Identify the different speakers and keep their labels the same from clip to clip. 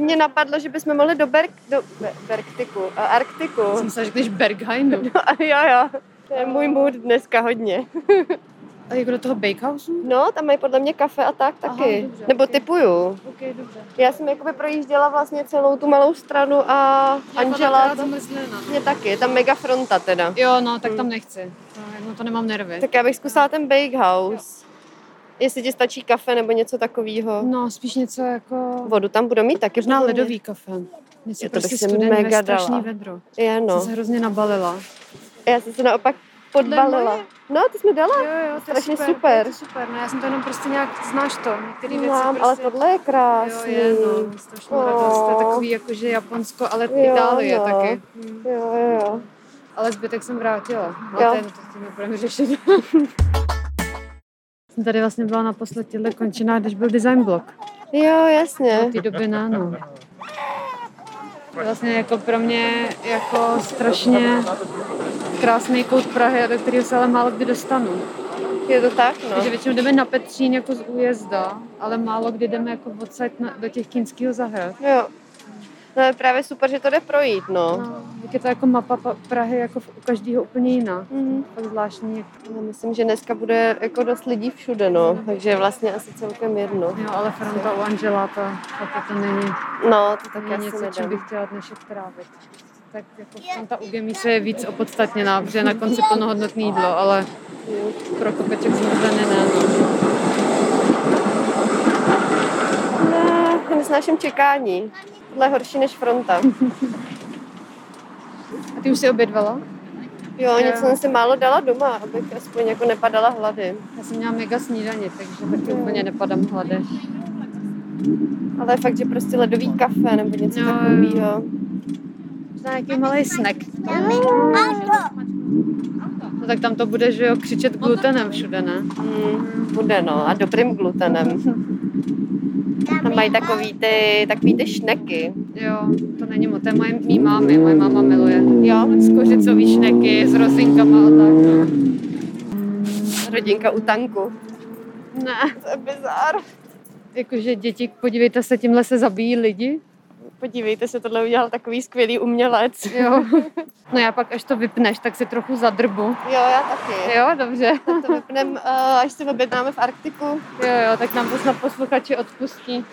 Speaker 1: mě napadlo, že bychom mohli do, Berk, do Be- Berktiku, a Arktiku.
Speaker 2: Jsem se řekneš Bergheimu.
Speaker 1: A jo, jo. To je můj mood dneska hodně.
Speaker 2: A jako do toho bakehouse?
Speaker 1: No, tam mají podle mě kafe a tak taky.
Speaker 2: Aha, dobře,
Speaker 1: Nebo
Speaker 2: ok.
Speaker 1: typuju.
Speaker 2: Ok, dobře.
Speaker 1: Já jsem jakoby projížděla vlastně celou tu malou stranu a Angela, to mě taky, tam mega fronta teda.
Speaker 2: Jo, no, tak
Speaker 1: Hmm.
Speaker 2: tam nechci. To, no. no, to nemám nervy.
Speaker 1: Tak já bych zkusila ten bakehouse. Jestli ti stačí kafe nebo něco takového.
Speaker 2: No, spíš něco jako...
Speaker 1: Vodu tam budu mít taky.
Speaker 2: Možná
Speaker 1: podle mě.
Speaker 2: ledový kafe. Něco
Speaker 1: Jo, to bych
Speaker 2: prostě
Speaker 1: si
Speaker 2: studený
Speaker 1: mega
Speaker 2: ve strašný
Speaker 1: dala.
Speaker 2: vedro.
Speaker 1: Je,
Speaker 2: No.
Speaker 1: no.
Speaker 2: Jsem se hrozně nabalila.
Speaker 1: Já jsem se naopak podbalila.
Speaker 2: moje.
Speaker 1: No, ty jsi mi dala.
Speaker 2: jo,
Speaker 1: to je strašně super, super. to je
Speaker 2: super. No, já jsem to jenom prostě nějak, znáš to, některé prostě-
Speaker 1: Mám, ale tohle je
Speaker 2: Jo, no.
Speaker 1: krásný.
Speaker 2: je, no, strašnou
Speaker 1: Jo.
Speaker 2: radost. To je takový jakože Japonsko, ale
Speaker 1: Jo,
Speaker 2: Itálie
Speaker 1: no.
Speaker 2: taky.
Speaker 1: Jo, jo, jo.
Speaker 2: Ale zbytek jsem vrátila. No
Speaker 1: Jo.
Speaker 2: ten, to s tím nebudeme řešit. jsem tady vlastně byla naposled těhle končená, když byl design blok.
Speaker 1: Jo, jasně.
Speaker 2: Od té doby ne, no. Vlastně jako pro mě jako strašně krásný kout Prahy, do kterého se ale málo kdy dostanu.
Speaker 1: Je to tak,
Speaker 2: Takže
Speaker 1: no.
Speaker 2: většinou jdeme na Petřín jako z újezda, ale málo kdy jdeme jako odsaď na, do těch kínských zahrad.
Speaker 1: Jo. No je právě super, že to jde projít, no.
Speaker 2: No, jak je to jako mapa Pa- Prahy jako v- u každého úplně jiná.
Speaker 1: Mhm.
Speaker 2: Tak zvláštní. jak-
Speaker 1: Já myslím, že dneska bude jako dost lidí všude, no. Takže je vlastně asi celkem jedno.
Speaker 2: Jo, ale fronta u Angela, to, to, to není,
Speaker 1: No, to
Speaker 2: to
Speaker 1: tak
Speaker 2: není
Speaker 1: asi
Speaker 2: něco, čím
Speaker 1: nedám.
Speaker 2: bych chtěla dnešek trávit. Tak jako fronta u Gemíře je víc opodstatněná, protože na konci plnohodnotné jídlo, ale
Speaker 1: Jo.
Speaker 2: pro kopeček zmrzlené ne. no.
Speaker 1: Ne, já nesnáším čekání. Tohle je horší než fronta.
Speaker 2: A ty už si obědvala?
Speaker 1: Jo,
Speaker 2: Jo.
Speaker 1: něco jsem si málo dala doma, abych aspoň jako nepadala hlady.
Speaker 2: Já jsem měla mega snídaně, takže taky
Speaker 1: Jo.
Speaker 2: úplně nepadám hlady.
Speaker 1: Ale fakt, že prostě ledový kafe nebo něco
Speaker 2: Jo, jo.
Speaker 1: takového.
Speaker 2: Možná nějaký malý snack. No tak tam to bude, že jo, křičet glutenem všude, ne?
Speaker 1: Hmm, bude, no. A dobrým glutenem. Tam mají takový ty, takový ty šneky.
Speaker 2: Jo, to není moc, to je moje, mý mámy, moje máma miluje.
Speaker 1: Jo.
Speaker 2: Z kořicový šneky, s rozinkama a tak. no.
Speaker 1: Rodinka u tanku.
Speaker 2: Ne,
Speaker 1: To je bizár.
Speaker 2: jakože děti, podívejte se, tímhle se zabíjí lidi.
Speaker 1: Podívejte se, tohle udělal takový skvělý umělec.
Speaker 2: Jo. No já pak, až to vypneš, tak si trochu zadrbu.
Speaker 1: Jo, já taky.
Speaker 2: Jo, dobře.
Speaker 1: Tak to vypneme, eh, až se objednáme v Arktiku.
Speaker 2: Jo, jo, tak nám to snad posluchači odpustí.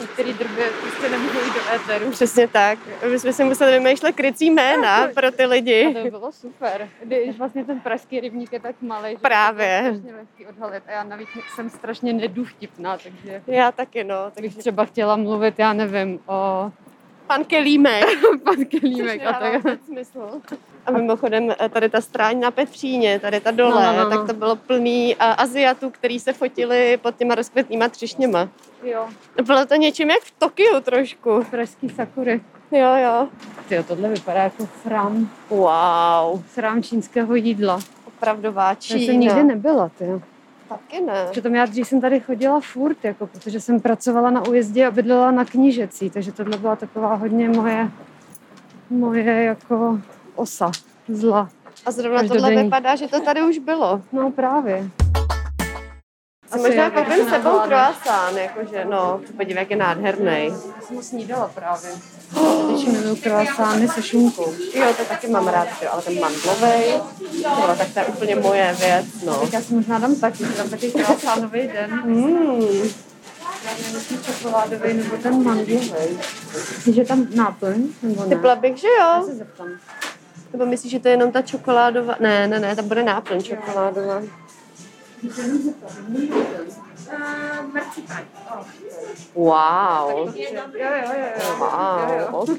Speaker 2: Některý drby prostě nemůžou jít do éteru.
Speaker 1: Přesně tak. My jsme si museli vymýšlet krycí jména pro ty
Speaker 2: A
Speaker 1: lidi.
Speaker 2: to by bylo super. Když vlastně ten pražský rybník je tak malý, že
Speaker 1: Právě.
Speaker 2: To je strašně lehký odhalit. A já navíc jsem strašně neduchtipná, takže
Speaker 1: Já taky, no.
Speaker 2: bych
Speaker 1: Takže
Speaker 2: třeba chtěla mluvit, já nevím, o
Speaker 1: pan Kelímek.
Speaker 2: pan
Speaker 1: Což
Speaker 2: Kelímek a
Speaker 1: nedává
Speaker 2: tak.
Speaker 1: vůbec smysl. A mimochodem, eh, tady ta stráň na Petříně, tady ta dole,
Speaker 2: No, no, no, no.
Speaker 1: tak to bylo plný eh, Aziatů, který se fotili pod těma rozkvětnýma třešněma.
Speaker 2: Jo,
Speaker 1: Bylo to něčím jak v Tokiu trošku.
Speaker 2: pražský sakury.
Speaker 1: Jo, jo.
Speaker 2: Tyjo, tohle vypadá jako srám,
Speaker 1: Wow.
Speaker 2: srám čínského jídla.
Speaker 1: Opravdová
Speaker 2: Já
Speaker 1: Čína.
Speaker 2: jsem nikdy nebyla, tyjo.
Speaker 1: Taky ne.
Speaker 2: Přitom já dřív jsem tady chodila furt, jako, protože jsem pracovala na újezdě a bydlela na knížecí, takže tohle byla taková hodně moje, moje jako osa zla.
Speaker 1: A zrovna tohle
Speaker 2: Každodenní.
Speaker 1: vypadá, že to tady už bylo.
Speaker 2: No právě.
Speaker 1: A možná koupím s sebou
Speaker 2: krát.
Speaker 1: croissant, jakože no, podívej, jak je nádherný.
Speaker 2: Já jsem ho snídala právě. Když miluju croissány se šunkou.
Speaker 1: Jo, to taky mám rád, jo, ale ten mandlovej, jo, tak to je úplně moje věc, no.
Speaker 2: Tak já si možná dám taky, že dám taky croissánový den.
Speaker 1: Mm.
Speaker 2: Já nevím, jestli čokoládový nebo ten mandlový. Myslíš, že tam náplň nebo ne?
Speaker 1: Typla bych, že
Speaker 2: Já
Speaker 1: jo.
Speaker 2: se zeptám.
Speaker 1: Nebo myslíš, že to je jenom ta čokoládová? Ne, ne, ne, tam bude náplň čokoládová. Wow.
Speaker 2: Jo, jo, jo. jo.
Speaker 1: Wow, OK.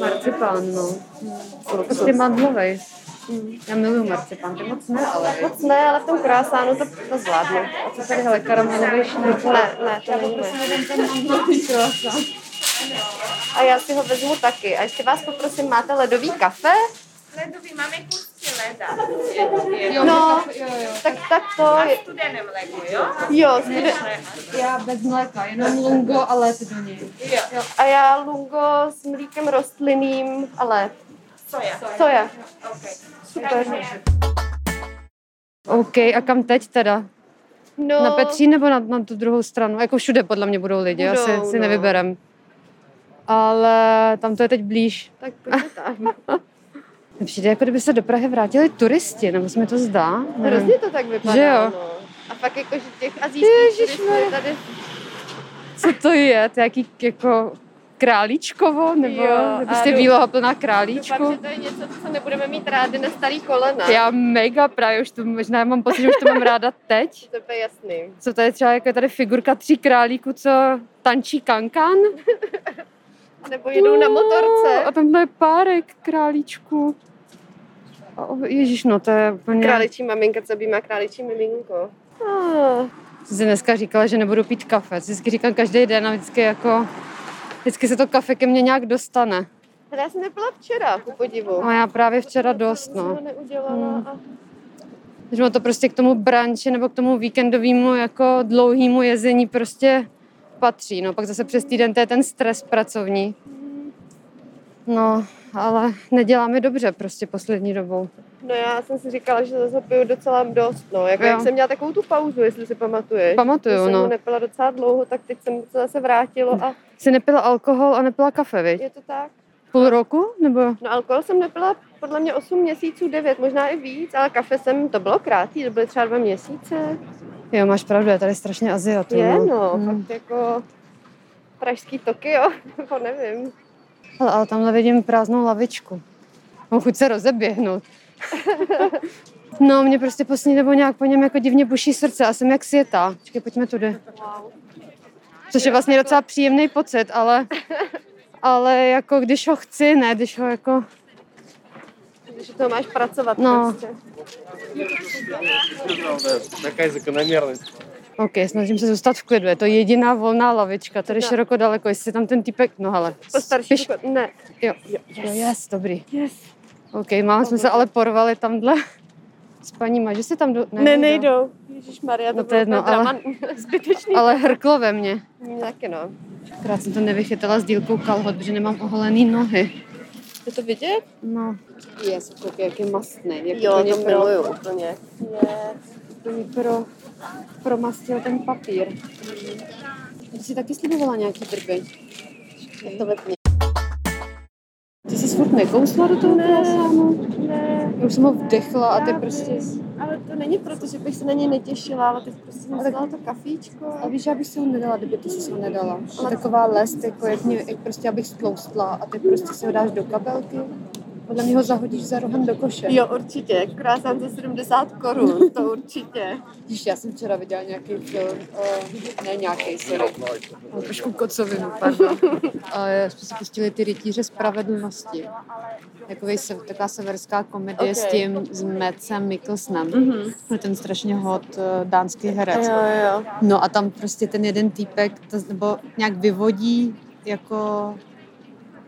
Speaker 2: Marcipán, no. Prostě mandlový. Já miluju marcipán, ty moc ne, ale
Speaker 1: Moc ne, ale v tom krásánu to, to zvládnu.
Speaker 2: a co tady, hele, karamelový šnek.
Speaker 1: Ne, ne, to není moje. A já si ho vezmu taky. A ještě vás poprosím, máte ledový kafe?
Speaker 3: Ledovi máme kusky leda.
Speaker 2: Jo,
Speaker 1: No.
Speaker 2: jo, jo.
Speaker 1: Tak, tak to
Speaker 3: A
Speaker 1: je...
Speaker 3: v studeném mléku, jo?
Speaker 1: Jo, stude...
Speaker 2: Já bez mléka, jenom lungo a let do něj.
Speaker 3: Jo.
Speaker 1: A já lungo s mlíkem rostlinným, ale
Speaker 3: Soja.
Speaker 1: co je?
Speaker 3: OK.
Speaker 1: Super.
Speaker 2: OK, a kam teď teda?
Speaker 1: No,
Speaker 2: Na Petří nebo na, na tu druhou stranu? Jako všude podle mě budou lidi,
Speaker 1: Budou,
Speaker 2: asi si
Speaker 1: no.
Speaker 2: nevyberem. ale tam to je teď blíž.
Speaker 1: Tak No, pojďme tam.
Speaker 2: Mně Přijde, jako kdyby se do Prahy vrátili turisti, nebo se mi to zdá. nevím.
Speaker 1: Hrozně to tak vypadá.
Speaker 2: Že jo?
Speaker 1: No. A pak jako, že těch azijských turistů je tady
Speaker 2: Co to je? To je jaký jako králíčkovo? Nebo
Speaker 1: Jo,
Speaker 2: jo, prostě
Speaker 1: a jdu-
Speaker 2: výloha plná
Speaker 1: Doufám, že
Speaker 2: králíčku?
Speaker 1: to je něco, co nebudeme mít rádi na starý kolena.
Speaker 2: Já mega právě už to, možná mám pocit, že už to mám ráda teď.
Speaker 1: To je úplně jasný.
Speaker 2: Co to je třeba, jako je tady figurka tří králíků, co tančí kankán?
Speaker 1: Nebo jedou na
Speaker 2: Jo, A
Speaker 1: motorce.
Speaker 2: tamhle je párek králíčku. A o- Ježíš, no to je úplně...
Speaker 1: Králičí maminka, co by má králičí miminko. Ah,
Speaker 2: Jsem si dneska říkala, že nebudu pít kafe. Vždycky říkám každý den a vždycky jako... Vždycky se to kafe ke mně nějak dostane.
Speaker 1: ale já jsem nepila včera, ku podivu.
Speaker 2: A já právě včera dost,
Speaker 1: Jsem
Speaker 2: no.
Speaker 1: ho neudělala
Speaker 2: Mm.
Speaker 1: a
Speaker 2: že mu to prostě k tomu branči nebo k tomu víkendovému jako dlouhému jezení prostě patří. No pak zase přes týden to je ten stres pracovní. No, ale nedělá mi dobře prostě poslední dobou.
Speaker 1: No já jsem si říkala, že zase piju docela dost, no. Jako,
Speaker 2: Jo.
Speaker 1: jak jsem měla takovou tu pauzu, jestli si pamatuješ. Že
Speaker 2: Pamatuju,
Speaker 1: jsem ho
Speaker 2: no.
Speaker 1: nepila docela dlouho, tak teď jsem to zase vrátilo a
Speaker 2: Jsi nepila alkohol a nepila kafe, viď?
Speaker 1: je to tak.
Speaker 2: Půl roku? Nebo?
Speaker 1: No alkohol jsem nepila podle mě 8 měsíců, 9, možná i víc, ale kafe jsem, to bylo krátký, to byly třeba dva měsíce.
Speaker 2: Jo, máš pravdu, je tady strašně Aziatů.
Speaker 1: Je, no,
Speaker 2: Mm.
Speaker 1: fakt jako pražský Tokio, nebo nevím.
Speaker 2: Hele, ale tamhle vidím prázdnou lavičku. Mám chuť se rozeběhnout. no, mě prostě poslední nebo nějak po něm jako divně buší srdce a jsem jak světá. Počkej, pojďme tudy. Což je vlastně docela příjemný pocit, ale, ale jako když ho chci, ne, když ho jako...
Speaker 1: Že to máš pracovat
Speaker 2: No.
Speaker 1: prostě.
Speaker 4: Такая закономерность.
Speaker 2: OK, snažím se zůstat v klidu. Je to jediná volná lavička, tady
Speaker 1: No.
Speaker 2: široko daleko, jestli tam ten týpek, no hele.
Speaker 1: Po starší
Speaker 2: spíš-
Speaker 1: důchod- Ne.
Speaker 2: Jo, jo, yes. yes, dobrý.
Speaker 1: Yes.
Speaker 2: OK, máme jsme se ale porvali tamhle s paníma, že se tam do...
Speaker 1: Ne, nejdou. Ježíš Maria, to,
Speaker 2: No
Speaker 1: no to
Speaker 2: to
Speaker 1: bylo
Speaker 2: jedno,
Speaker 1: úplně drama.
Speaker 2: ale-
Speaker 1: Zbytečný.
Speaker 2: Ale hrklo ve mně.
Speaker 1: Mě Taky no.
Speaker 2: Krát jsem to nevychytala s dílkou kalhot, protože nemám oholený nohy.
Speaker 1: Je to vidět?
Speaker 2: No.
Speaker 1: Je, jsou koupě, jak je mastný. Jak
Speaker 2: Jo,
Speaker 1: úplně
Speaker 2: to miluju,
Speaker 1: úplně. Je, mi pro, promastil ten papír. Ty jsi taky slibovala nějaký drby. Tak to vepni. Ty jsi furt nekousla do toho krásánu?
Speaker 3: Ne,
Speaker 2: Já už jsem ho vdechla a ty
Speaker 3: Já
Speaker 2: prostě...
Speaker 1: Ale to není proto, že bych se na něj netěšila, ale teď prostě jsem
Speaker 2: musela
Speaker 1: to kafíčko.
Speaker 2: A víš, já bych si ho nedala, kdyby ty si ho nedala. Ale taková lest, jako jak, mě, jak prostě abych stloustla a ty prostě si ho dáš do kabelky. Podle mě ho zahodíš za rohem do koše.
Speaker 1: Jo, určitě. Krásám za 70 korun, to určitě.
Speaker 2: Víš, já jsem včera viděla nějaký film, uh, ne nějaký, sorry, ale trošku kocovinu, pardon. Ale Eh, jsme si pustili ty rytíře spravedlnosti. Takový, se- taková severská komedie s
Speaker 1: Ok.
Speaker 2: tím, s Mecem Mikkelsenem.
Speaker 1: Mhm.
Speaker 2: Byl ten strašně hot eh, dánský herec.
Speaker 1: Jo, jo.
Speaker 2: No a tam prostě ten jeden týpek, to, nebo nějak vyvodí jako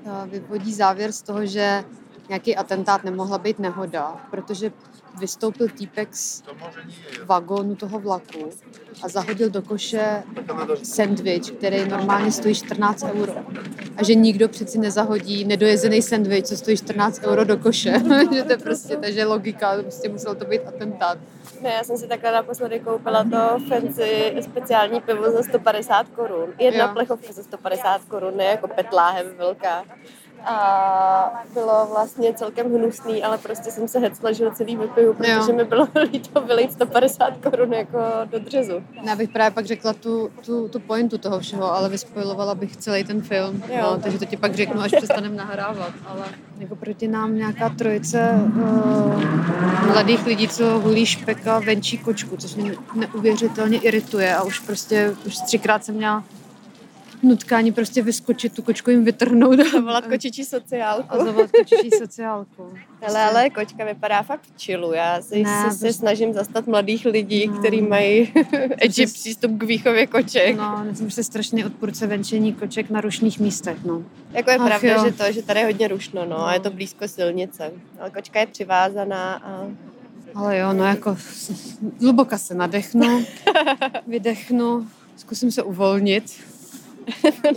Speaker 2: eh, vyvodí závěr z toho, že nějaký atentát nemohla být nehoda, protože vystoupil týpek z vagónu toho vlaku a zahodil do koše sendvič, který normálně stojí 14 euro. A že nikdo přeci nezahodí nedojezený sendvič, co stojí 14 euro do koše. že to je prostě, takže logika, prostě musel to být atentát.
Speaker 1: Ne, já jsem si takhle naposledy koupila to fancy speciální pivo za 150 korun. Jedna
Speaker 2: Jo.
Speaker 1: plechovka za 150 korun, ne jako petláhem velká. A bylo vlastně celkem hnusný, ale prostě jsem se hecla, že ho celý vypiju, protože mi bylo líto vylít 150 korun jako do dřezu.
Speaker 2: Já bych právě pak řekla tu, tu, tu pointu toho všeho, ale vyspojilovala bych celý ten film.
Speaker 1: Jo.
Speaker 2: No, takže to ti pak řeknu, až přestaneme nahrávat. Ale jako proti nám nějaká trojice uh, mladých lidí, co hulí špeka, venčí kočku, což mě neuvěřitelně irituje a už prostě, už třikrát jsem měla nutkání prostě vyskočit, tu kočku jim vytrhnout a
Speaker 1: Volat kočičí sociálku.
Speaker 2: a zavolat kočičí sociálku.
Speaker 1: Hele, ale kočka vypadá fakt v čilu. Já si,
Speaker 2: Ne,
Speaker 1: ne, si,
Speaker 2: prostě-
Speaker 1: si snažím zastat mladých lidí,
Speaker 2: No.
Speaker 1: no. kteří mají edgy přístup k výchově koček.
Speaker 2: No, já jsem prostě strašný odpůrce venčení koček na rušných místech, no.
Speaker 1: Jako je
Speaker 2: Ach
Speaker 1: pravda,
Speaker 2: jo.
Speaker 1: že to, že tady je hodně rušno, no, a je to
Speaker 2: No.
Speaker 1: blízko silnice. Ale kočka je přivázaná a
Speaker 2: Ale jo, no jako hluboka se nadechnu, vydechnu, zkusím se uvolnit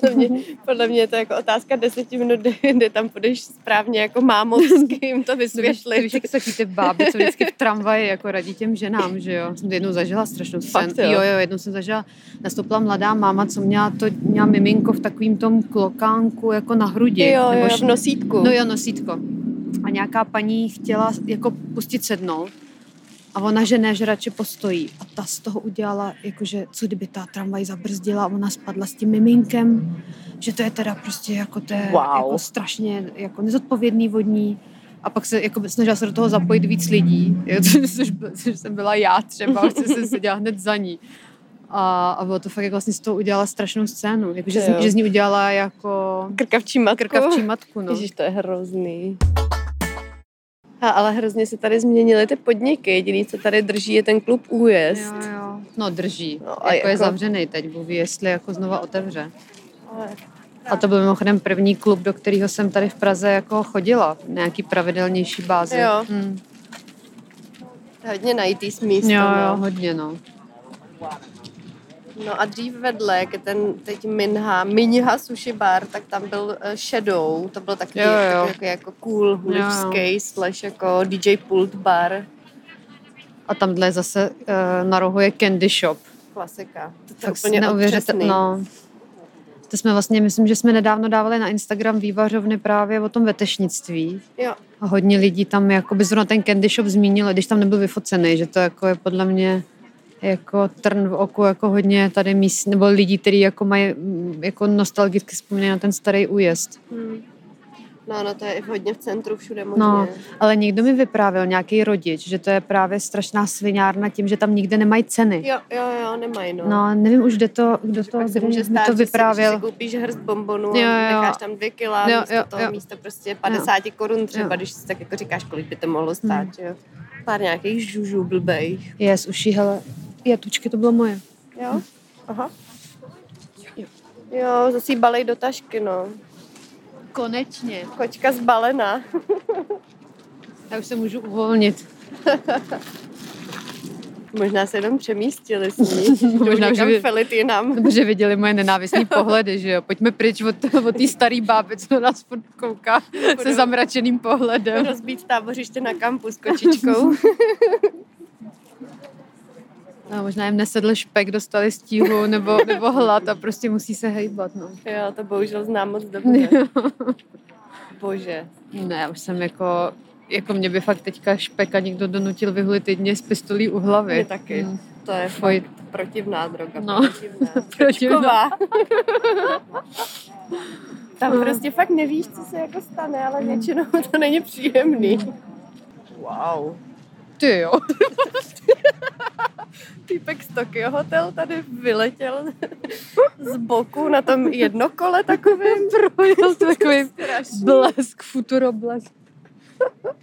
Speaker 1: podle, mě, podle mě je to jako otázka deseti minut, kdy- kdy tam půjdeš správně jako mámo, s kým to
Speaker 2: Ty víš,
Speaker 1: vysvětlit.
Speaker 2: jak jsou taky ty báby, co vždycky v tramvaji jako radí těm ženám, že jo. Jsem jednou zažila strašnou scénu.
Speaker 1: Fakt, jo?
Speaker 2: jo, jo, jednou jsem zažila, nastoupila mladá máma, co měla to, měla miminko v takovým tom klokánku jako na hrudi.
Speaker 1: Jo, jo,
Speaker 2: š-
Speaker 1: v nosítku.
Speaker 2: No jo, nosítko. A nějaká paní chtěla jako pustit sednout a ona, že ne, že radši postojí. A ta z toho udělala, jakože co kdyby ta tramvaj zabrzdila a ona spadla s tím miminkem, že to je teda prostě jako, to je,
Speaker 1: Wow.
Speaker 2: jako strašně jako nezodpovědný vodní. A pak se jako snažila se do toho zapojit víc lidí, jo, což, což, byl- což jsem byla já třeba, což jsem seděla hned za ní. A, a bylo to fakt, jak vlastně z toho udělala strašnou scénu, jakože
Speaker 1: Jo.
Speaker 2: z, že z ní udělala jako
Speaker 1: Krkavčí matku.
Speaker 2: krkavčí matku. No.
Speaker 1: Ježíš, to je hrozný. A, ale hrozně se tady změnily ty podniky. Jediný, co tady drží, je ten klub Újezd.
Speaker 2: Jo, jo. No drží.
Speaker 1: No
Speaker 2: No,
Speaker 1: a
Speaker 2: a jako, je
Speaker 1: jako-
Speaker 2: zavřený teď, Bůh ví, jestli jako znova otevře. A to byl mimochodem první klub, do kterého jsem tady v Praze jako chodila. na Nějaký pravidelnější bázi.
Speaker 1: Jo.
Speaker 2: Hmm.
Speaker 1: Hodně najít s místo.
Speaker 2: jo,
Speaker 1: no.
Speaker 2: jo, hodně no.
Speaker 1: No a dřív vedle, jak je ten teď Minha, Minha Sushi Bar, tak tam byl eh, Shadow, to byl takový,
Speaker 2: Jo, jo.
Speaker 1: takový jako, jako cool hulivský slash jako DJ Pult Bar,
Speaker 2: A tamhle zase uh, na rohu je candy shop.
Speaker 1: klasika. To je
Speaker 2: Tak
Speaker 1: úplně otřesný.
Speaker 2: No. To jsme vlastně, myslím, že jsme nedávno dávali na Instagram vývařovny právě o tom vetešnictví.
Speaker 1: Jo,
Speaker 2: A hodně lidí tam, jako by zrovna ten candy shop zmínilo, když tam nebyl vyfocený, že to jako je podle mě jako trn v oku, jako hodně tady míst, nebo lidí, kteří jako mají mm, jako nostalgicky vzpomínají na ten starý újezd.
Speaker 1: hm. No, no, to je i hodně v centru, všude možně.
Speaker 2: No, ale někdo mi vyprávěl, nějaký rodič, že to je právě strašná svinárna tím, že tam nikde nemají ceny.
Speaker 1: Jo, jo, jo, nemají, no.
Speaker 2: No, nevím už, kde to, kdo
Speaker 1: Že
Speaker 2: to,
Speaker 1: pak se
Speaker 2: kde
Speaker 1: může
Speaker 2: mi
Speaker 1: stát,
Speaker 2: to
Speaker 1: Že si, že
Speaker 2: vyprávěl.
Speaker 1: si koupíš hrst bonbonů a
Speaker 2: Jo, jo.
Speaker 1: necháš tam dvě kila,
Speaker 2: Jo,
Speaker 1: jo, místo
Speaker 2: jo,
Speaker 1: toho
Speaker 2: jo.
Speaker 1: místo prostě 50 jo. korun třeba, když si tak jako říkáš, kolik by to mohlo stát,
Speaker 2: Hmm.
Speaker 1: že jo. Pár nějakých žužů blbejch.
Speaker 2: Je, z uší, hele, je, tučky, to bylo moje.
Speaker 1: Jo? Aha. Jo, zase jí balej do tašky, no.
Speaker 2: Konečně.
Speaker 1: Kočka zbalená.
Speaker 2: Já už se můžu uvolnit.
Speaker 1: Možná se jenom přemístili s ní. Jdou
Speaker 2: Možná, že
Speaker 1: někam
Speaker 2: by-
Speaker 1: felit jinam.
Speaker 2: Nebo že viděli moje nenávistní pohledy, že jo. Pojďme pryč od, od té starý báby, co na nás furt kouká se zamračeným pohledem.
Speaker 1: Rozbít tábořiště na kampu s kočičkou.
Speaker 2: A No, možná jim nesedl špek, dostali stíhu nebo, nebo hlad a prostě musí se hejbat, no.
Speaker 1: jo, to bohužel znám moc dobře. Bože.
Speaker 2: Ne, já už jsem jako, jako mě by fakt teďka špeka někdo donutil vyhulit jedně s pistolí u hlavy.
Speaker 1: Mě taky.
Speaker 2: Mm.
Speaker 1: To je
Speaker 2: Fuj,
Speaker 1: protivná droga.
Speaker 2: No.
Speaker 1: Protivná. Kočková.
Speaker 2: Protivná.
Speaker 1: Tam prostě fakt nevíš, co se jako stane, ale většinou to není příjemný. Wow.
Speaker 2: ty jo.
Speaker 1: Týpek z Tokyo Hotel tady vyletěl z boku na tom jednokole takovým.
Speaker 2: Projel takový
Speaker 1: Strašný
Speaker 2: blesk, futuroblesk.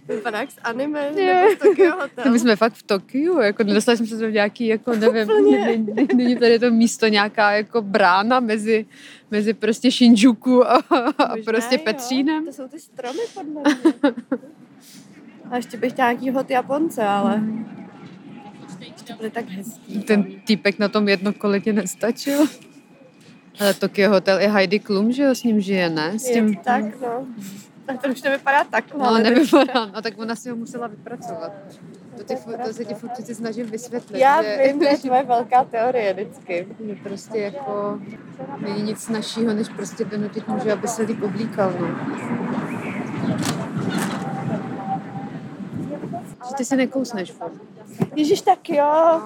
Speaker 1: vypadák z anime
Speaker 2: Je.
Speaker 1: nebo z Tokyo
Speaker 2: To
Speaker 1: Hotel.
Speaker 2: my jsme fakt v Tokiu, jako nedostali jsme se do nějaký, jako nevím, není- není- není tady to místo nějaká jako brána mezi, mezi prostě Shinjuku a, a
Speaker 1: Možná
Speaker 2: prostě
Speaker 1: jo,
Speaker 2: Petřínem.
Speaker 1: To jsou ty stromy podle mě. A ještě bych chtěla nějaký hot Japonce, ale to byly tak hezký.
Speaker 2: Ten týpek na tom jednokole tě nestačil. Ale Tokyo Hotel i Heidi Klum, že jo, s ním žije, ne? S tím,
Speaker 1: Je, tak, no. A to už nevypadá takhle.
Speaker 2: No,
Speaker 1: ale
Speaker 2: nevypadá. No, tak ona si ho musela vypracovat. To, ty, fo- to se ti furt přece snažím vysvětlit.
Speaker 1: Já
Speaker 2: že...
Speaker 1: vím, to je tvoje velká teorie vždycky.
Speaker 2: že prostě jako není nic snažšího, než prostě donutit muže, aby se líp oblíkal, no. Že ty se nekousneš furt.
Speaker 1: Ježíš, tak jo.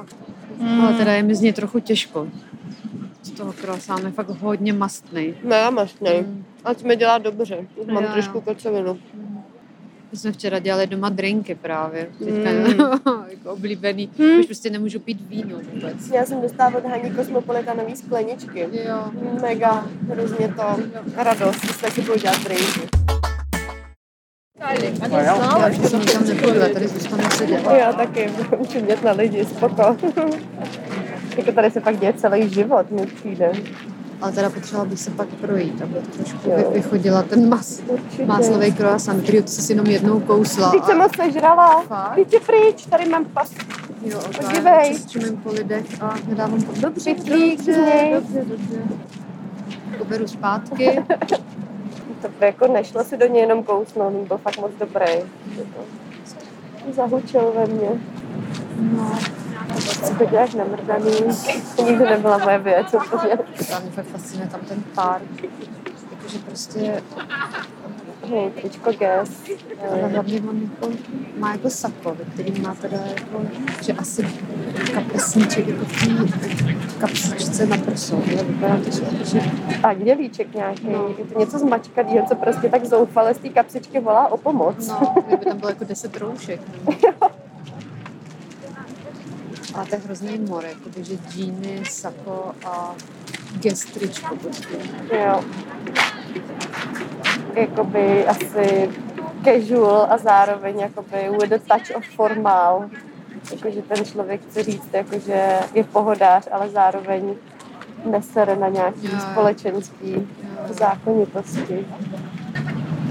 Speaker 2: Mm. Ale teda je mi z něj trochu těžko. Z toho croissantu je fakt hodně mastný.
Speaker 1: No, já máš, ne.
Speaker 2: Mm.
Speaker 1: A to mi dělá dobře. Už mám
Speaker 2: Jo, jo.
Speaker 1: trošku kocovinu.
Speaker 2: My jsme včera dělali doma drinky právě. Teďka
Speaker 1: Mm.
Speaker 2: jako oblíbený.
Speaker 1: Mm.
Speaker 2: Už prostě nemůžu pít víno vůbec.
Speaker 1: Já jsem dostala od Haní Kosmopolitanový skleničky.
Speaker 2: Jo.
Speaker 1: Mega, hrozně to radost, že jsme si budou dělat drinky.
Speaker 2: Já už jsem nikam nepůjdu, tady zůstanu sedět.
Speaker 1: Já taky, budu čumět na lidi, spoko. jako tady se pak děje celý život, mi přijde.
Speaker 2: Ale teda potřebovala bych se pak projít, aby trošku
Speaker 1: Jo.
Speaker 2: vy- vychodila ten mas,
Speaker 1: Určitě.
Speaker 2: máslový croissant, který ty jsi jenom jednou kousla.
Speaker 1: Teď jsem
Speaker 2: a-
Speaker 1: moc sežrala.
Speaker 2: Fakt?
Speaker 1: Teď je pryč, tady mám pas.
Speaker 2: Jo, ok, já
Speaker 1: Podívej.
Speaker 2: čistím po lidech a nedávám po... Dobře,
Speaker 1: Pitlík z
Speaker 2: dobře,
Speaker 1: něj.
Speaker 2: dobře, dobře. uberu zpátky.
Speaker 1: To by jako nešlo si do něj jenom kousnout, on byl fakt moc dobrý. Jako Zahučil ve mně. No. Jako děláš namrdaný. To nikdy nebyla moje věc. úplně.
Speaker 2: Já mě fakt fascinuje tam ten pár. Jakože prostě
Speaker 1: Hej, tričko gas.
Speaker 2: Ale hlavně on jako má jako sako, ve kterým má teda jako, že asi kapesníček jako v té kapsičce na prsou. Ale vypadá to, že, že
Speaker 1: Andělíček nějaký. Je to něco zmačkadýho, co prostě tak zoufale z té kapsičky volá o pomoc.
Speaker 2: no, kdyby tam bylo jako deset roušek. Nebo... A to je hrozný mor, jakoby, že džíny, sako a gestričko prostě.
Speaker 1: Jo. Jakoby asi casual a zároveň jakoby with a touch of formál. Jakože ten člověk chce říct, jakože je pohodář, ale zároveň nesere na nějaký
Speaker 2: Jo.
Speaker 1: společenský
Speaker 2: Jo.
Speaker 1: zákonitosti.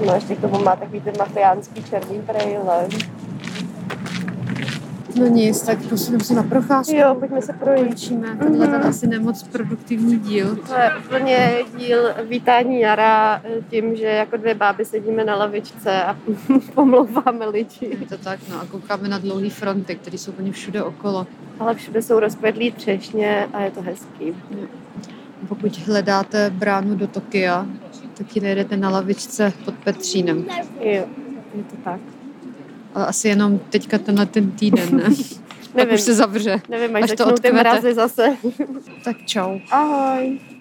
Speaker 1: No ještě k tomu má takový ten mafiánský černý brejle.
Speaker 2: No nic, tak posuneme se na procházku.
Speaker 1: Jo, Mhm. pojďme se projít.
Speaker 2: Končíme. Tohle ten asi nemoc produktivní díl.
Speaker 1: To je úplně díl vítání jara eh, tím, že jako dvě báby sedíme na lavičce a pomlouváme lidi.
Speaker 2: Je to tak, no a koukáme na dlouhý fronty, které jsou úplně všude okolo.
Speaker 1: Ale všude jsou rozkvetlý třešně a je to hezký.
Speaker 2: Pokud hledáte bránu do Tokia, tak ji najdete na lavičce pod Petřínem.
Speaker 1: Jo, je to tak.
Speaker 2: Ale asi jenom teďka tenhle ten týden, ne? Pak
Speaker 1: Nevím.
Speaker 2: už se zavře.
Speaker 1: Nevím, až,
Speaker 2: Až to
Speaker 1: začnou ty
Speaker 2: odkvete.
Speaker 1: mrazy zase.
Speaker 2: Tak čau.
Speaker 1: Ahoj.